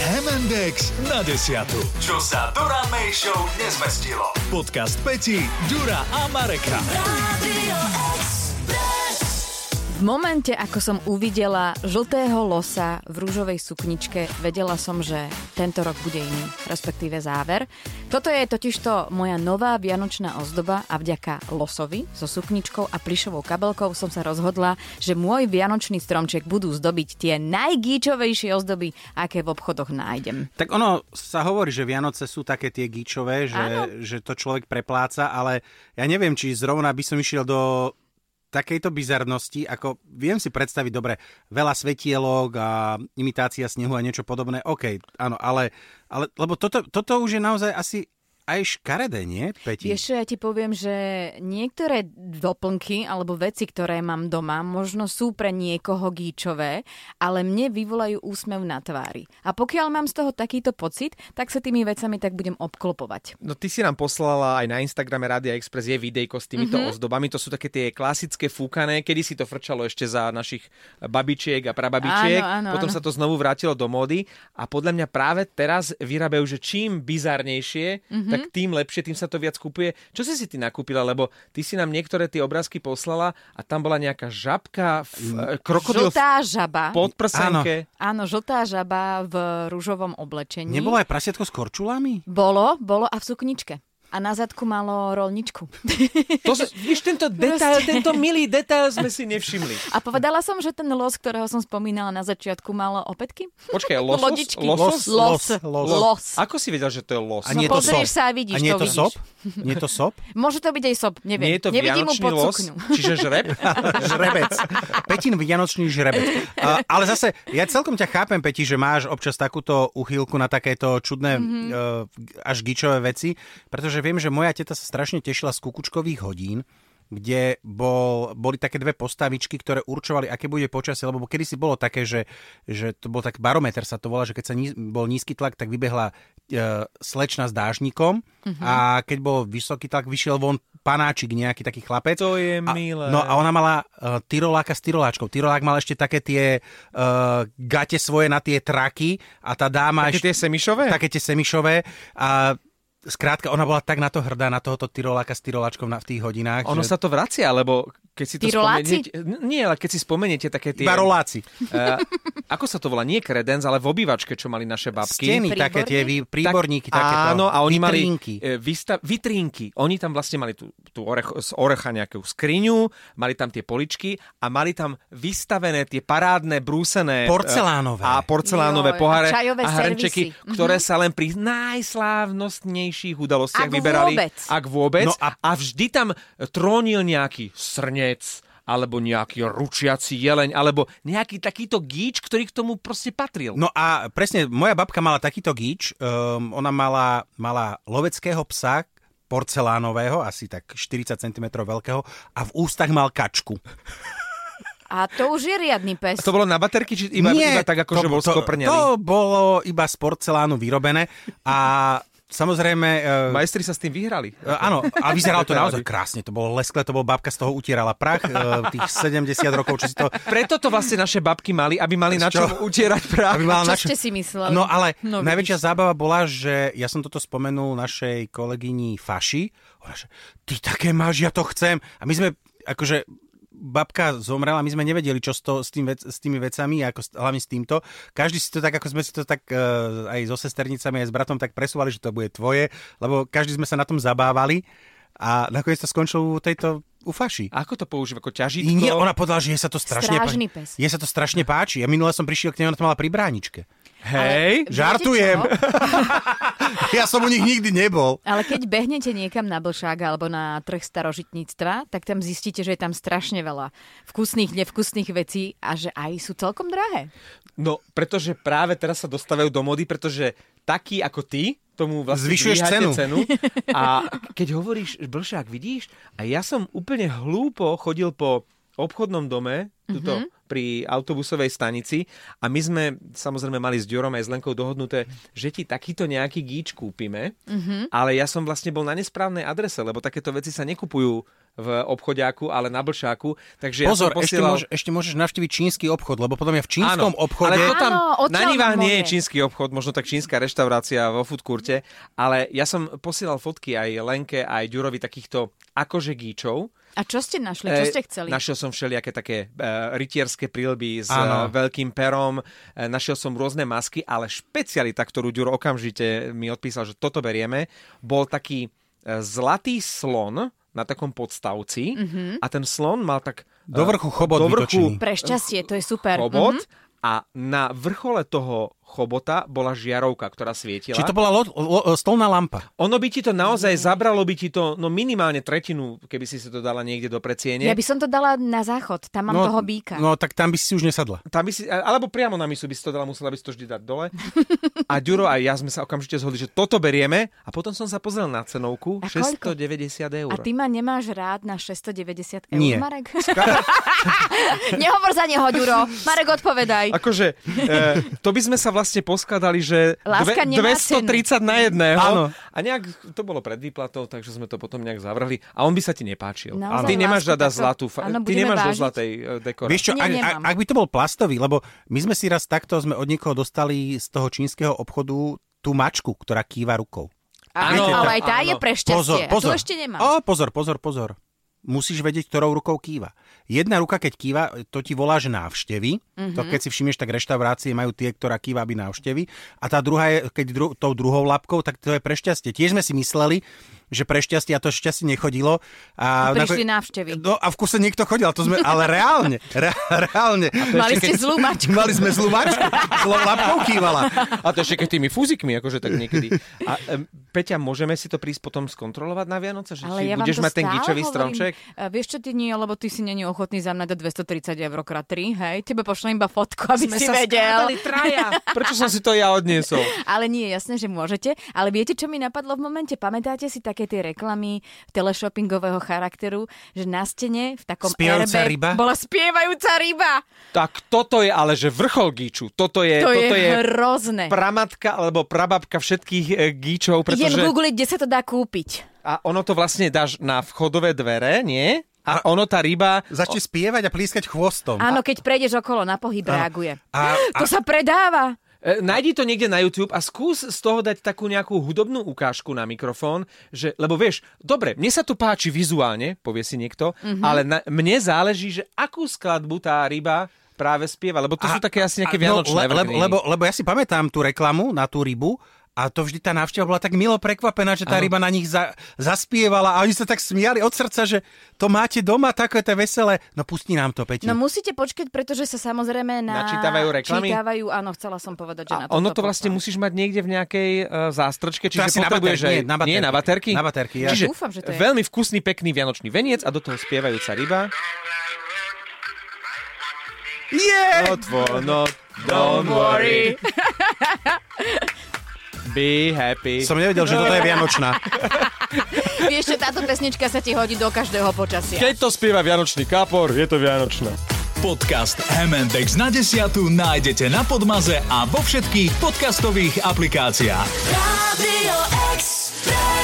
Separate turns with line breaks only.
Index na desiatu. Čo sa Dura May Show nezmestilo. Podcast Peti, Dura a Mareka.
V momente, ako som uvidela žltého losa v rúžovej sukničke, vedela som, že tento rok bude iný, respektíve záver. Toto je totižto moja nová vianočná ozdoba a vďaka losovi so sukničkou a plišovou kabelkou som sa rozhodla, že môj vianočný stromček budú zdobiť tie najgíčovejšie ozdoby, aké v obchodoch nájdem.
Tak ono sa hovorí, že Vianoce sú také tie gíčové, že,
Áno.
že to človek prepláca, ale ja neviem, či zrovna by som išiel do takejto bizarnosti, ako viem si predstaviť, dobre, veľa svetielok a imitácia snehu a niečo podobné, OK, áno, ale, ale lebo toto, toto už je naozaj asi aj škaredé, nie, Peti?
Vieš, čo, ja ti poviem, že niektoré doplnky alebo veci, ktoré mám doma, možno sú pre niekoho gíčové, ale mne vyvolajú úsmev na tvári. A pokiaľ mám z toho takýto pocit, tak sa tými vecami tak budem obklopovať.
No ty si nám poslala aj na Instagrame Rádia Express je videjko s týmito
Mhm.
mm-hmm. ozdobami. To sú také tie klasické fúkané, kedy si to frčalo ešte za našich babičiek a prababičiek.
Áno, áno,
Potom
áno.
sa to znovu vrátilo do módy a podľa mňa práve teraz vyrábajú, že čím bizarnejšie,
Mhm.
mm-hmm. tak tým lepšie, tým sa to viac kupuje. Čo si si ty nakúpila, lebo ty si nám niektoré tie obrázky poslala a tam bola nejaká žabka, v, e, krokodil v
Žltá žaba.
podprsenke.
Áno, žltá žaba v rúžovom oblečení.
Nebolo aj prasiatko s korčulami?
Bolo, bolo a v sukničke. A na zadku malo rolničku.
To, s- vidíš, tento detail, tento milý detail sme si nevšimli.
A povedala som, že ten los, ktorého som spomínala na začiatku, mal opätky?
Počkaj, losos?
Lodičky. Los.
Losos?
Los.
Los.
Los.
los.
Ako si vedel, že to je los?
A
No
nie je to
pozrieš
sop?
sa a vidíš,
a nie
to
je to
vidíš.
sop? Nie je to sop?
Môže to byť aj sob, neviem.
Nie je to
Nevidím mu
vianočný
pod
los,
sukňu.
čiže žreb.
žrebec. Petin vianočný žrebec. A, ale zase, ja celkom ťa chápem, Peti, že máš občas takúto uchýlku na takéto čudné mm-hmm. uh, až gičové veci, pretože viem, že moja teta sa strašne tešila z kukučkových hodín, kde bol, boli také dve postavičky, ktoré určovali, aké bude počasie, lebo kedysi bolo také, že, že to bol tak barometer sa to volá, že keď sa ní, bol nízky tlak, tak vybehla e, slečna s dážnikom a keď bol vysoký tlak, vyšiel von panáčik nejaký taký chlapec.
To je
A-
milé.
No a ona mala uh, tyroláka s tyroláčkou. Tyrolák mal ešte také tie uh, gate svoje na tie traky a tá dáma...
Také tie semišové?
Také tie semišové. A skrátka, ona bola tak na to hrdá, na tohoto tyroláka s tyroláčkou na, v tých hodinách.
Ono
že...
sa to vracia, lebo keď si to
Tí roláci?
spomeniete... N- Nie, ale keď si spomeniete také tie...
Iba roláci.
Eh, ako sa to volá? Nie kredenc, ale v obývačke, čo mali naše babky.
Steny, také tie vý, príborníky, takéto.
áno, a oni
vitrínky.
mali eh, vysta- vitrínky. Oni tam vlastne mali tú, tú orech, z orecha nejakú skriňu, mali tam tie poličky a mali tam vystavené tie parádne brúsené eh,
Porcelánové.
a porcelánové
Jo, a
poháre
čajové
a hrnčeky,
servisy. Mhm.
ktoré sa len pri najslávnostnejších udalostiach
Ak
vyberali,
vôbec.
ak vôbec.
No a-
a... a vždy tam trónil nejaký srnec alebo nejaký ručiaci jeleň, alebo nejaký takýto gíč, ktorý k tomu proste patril.
No a presne, moja babka mala takýto gíč, um, ona mala, mala loveckého psa, porcelánového, asi tak 40 cm veľkého, a v ústach mal kačku.
A to už je riadny pes.
A to bolo na baterky, či iba, iba tak, ako že bol skoprňaný?
To bolo iba z porcelánu vyrobené a samozrejme... e,
Majstri sa s tým vyhrali.
e, Áno, a vyzeralo to naozaj krásne, to bolo leskle, to bolo babka, z toho utierala prach, e, tých 70 rokov, čo si to...
Preto to vlastne naše babky mali, aby mali na
Čo?
čo utierať
Aby
práve.
mala
Čo
našu-
ste si mysleli?
No ale
No,
no,
vidíš.
najväčšia zábava bola, že ja som toto spomenul našej kolegyni Faši. Ona že, ty také máš, ja to chcem. A my sme, akože babka zomrela, my sme nevedeli, čo s, to, s, tým vec, s tými vecami, ako s, hlavne s týmto. Každý si to tak, ako sme si to tak uh, aj so sesternicami, aj s bratom tak presúvali, že to bude tvoje, lebo každý sme sa na tom zabávali a nakoniec to skončilo u tejto, u Faši.
Ako to používa? Ako ťažítko?
Nie, ona povedala, že jej sa to strašne
Strážny
páči.
pes.
Jej sa to strašne páči. Ja minule som prišiel k nej, ona to mala pri bráničke.
Viete
Hej.
Žartujem.
čo?
Ja som u nich nikdy nebol.
Ale keď behnete niekam na Blšák alebo na trh starožitníctva, tak tam zistíte, že je tam strašne veľa vkusných, nevkusných vecí a že aj sú celkom drahé.
No, pretože práve teraz sa dostávajú do mody, pretože taký ako ty, tomu vlastne
Zvyšuješ
dvíhate
cenu.
cenu. A keď hovoríš, blšák, vidíš, a ja som úplne hlúpo chodil po obchodnom dome, tuto mm-hmm. pri autobusovej stanici a my sme samozrejme mali s Ďurom aj s Lenkou dohodnuté, že ti takýto nejaký gíč kúpime, mm-hmm. ale ja som vlastne bol na nesprávnej adrese, lebo takéto veci sa nekupujú v v obchodiaku, ale na blšáku. Takže
Pozor,
ja som
ešte,
posielal...
môže, ešte môžeš navštíviť čínsky obchod, lebo potom je v čínskom
Áno,
obchode...
Ale to
Áno,
tam,
o
na
čom
Nivách nie je
môže?
čínsky obchod, možno tak čínska reštaurácia vo foodkurte, ale ja som posielal fotky aj Lenke, aj Ďurovi takýchto akože gíčov.
A čo ste našli? Čo
Eh,
ste chceli?
Našiel som všelijaké také uh, rytierské prílby s
Áno.
uh, veľkým perom, uh, našiel som rôzne masky, ale špecialita, ktorú Ďuro okamžite mi odpísal, že toto berieme, bol taký uh, zlatý slon na takom
Mhm.
podstavci mm-hmm. a ten slon mal tak... eh,
Do vrchu chobot
do vrchu
vytočený.
Pre šťastie, to je super. Mhm.
chobot a na vrchole toho chobota bola žiarovka, ktorá svietila.
Či to bola lo, lo, stolná lampa?
Ono by ti to naozaj zabralo by ti to no minimálne tretinu, keby si si to dala niekde do preciene.
Ja by som to dala na záchod, tam mám toho býka.
No tak tam by si už nesadla.
Tam by si, alebo priamo na misu by si to dala, musela by si to vždy dať dole. A Ďuro a ja sme sa okamžite zhodli, že toto berieme a potom som sa pozrel na cenovku
A koľko?
690 eur.
A ty ma nemáš rád na 690 eur,
Nie.
Marek? Nehovor za neho, Ďuro. Marek, odpovedaj.
Akože, e, to by sme sa vlastne poskladali, že
Láska
dve,
nemá cenu.
230 na jedného.
Áno.
A nejak to bolo pred výplatou, takže sme to potom nejak zavrhli. A on by sa ti nepáčil.
Naozaj,
ty nemáš
No, lásku
rada
takto-
zlatú, fa-
áno,
ty
budeme
nemáš do
vážiť.
zlatej e, dekora.
Vieš čo,
Nie,
ak,
nemám.
ak, ak by to bol plastový, lebo my sme si raz takto sme od niekoho dostali z toho čínskeho obchodu tú mačku, ktorá kýva rukou.
Áno,
Viete,
ale aj tá
áno.
je pre šťastie. A Tu ešte nemám.
O, pozor, pozor, pozor. Musíš vedieť, ktorou rukou kýva. Jedna ruka, keď kýva, to ti volá, že návštevy. Mm-hmm.
Mhm.
To keď si všimneš, tak reštaurácie majú tie, ktorá kýva, aby návštevy. A tá druhá je, keď dru, tou druhou labkou, tak to je prešťastie. Tiež sme si mysleli, že prešťastie a to šťastie nechodilo. A,
A prišli
nakoniec-
návštevy.
No a v kuse niekto chodil, ale to sme, ale reálne, re, reálne.
Mali ste zlú mačku.
Mali sme zlú mačku, zlou labkou kývala.
A to ešte keď tými fúzikmi, akože tak niekedy. A um, Peťa, môžeme si to prísť potom skontrolovať na Vianoce? Že
Ale
či
ja vám
budeš
to
mať ten
stále
gíčový
hovorím.
stromček?
E, vieš čo, ty nie, lebo ty si není ochotný za mňa do 230 eur krát 3, hej? Tebe pošlem iba fotku, aby si vedel.
traja. Prečo som si to ja odniesol?
Ale nie, jasné, že môžete. Ale viete, čo mi napadlo v momente? Pamätáte si také tie reklamy teleshoppingového charakteru, že na stene v takom
Spievajúca
erbe
ryba?
bola spievajúca ryba.
Tak toto je ale že vrchol gíču. Toto je,
To,
toto
je,
je
hrozné.
pramatka alebo prababka všetkých e, gíčov,
E. Idem
pretože
googliť, kde sa to dá kúpiť.
a ono to vlastne dáš na vchodové dvere, nie? A ono tá ryba...
Začne spievať a plískať chvostom.
Áno, keď prejdeš okolo na pohyb, reaguje.
A-
to sa predáva.
E, Nájdi to niekde na YouTube a skús z toho dať takú nejakú hudobnú ukážku na mikrofón, že, lebo vieš, dobre, mne sa to páči vizuálne, povie si niekto, mm-hmm. ale na, mne záleží, že akú skladbu tá ryba práve spieva, lebo to a, sú také asi nejaké
a- no,
vianočné
le, lebo,
evergreeny.
lebo, lebo ja si pamätám tú reklamu na tú rybu a to vždy tá návšteva bola tak milo prekvapená, že tá ano. ryba na nich za, zaspievala a oni sa tak smiali od srdca, že to máte doma, také to je veselé. No pusti nám to, Peti.
No musíte počkať, pretože sa samozrejme na...
Načítavajú reklamy?
Čítavajú, áno, chcela som povedať, že na
a
toto
ono to vlastne
pošlem.
musíš mať niekde v nejakej uh, zástrčke, čiže
asi na
potrebuješ
baterky,
aj-
nie, na baterky.
nie, na baterky.
Na baterky, ja.
Čiže
Dúfam, že to je.
veľmi vkusný, pekný vianočný veniec a do toho spievajúca ryba.
Yeah!
Not for not, don't worry. Be happy.
Som nevedel, že toto je vianočná.
Vieš, že táto pesnička sa ti hodí do každého počasia.
Keď to spieva Vianočný kapor, je to Vianočné.
Podcast MNDX na desiatu nájdete na Podmaze a vo všetkých podcastových aplikáciách.
Radio Express.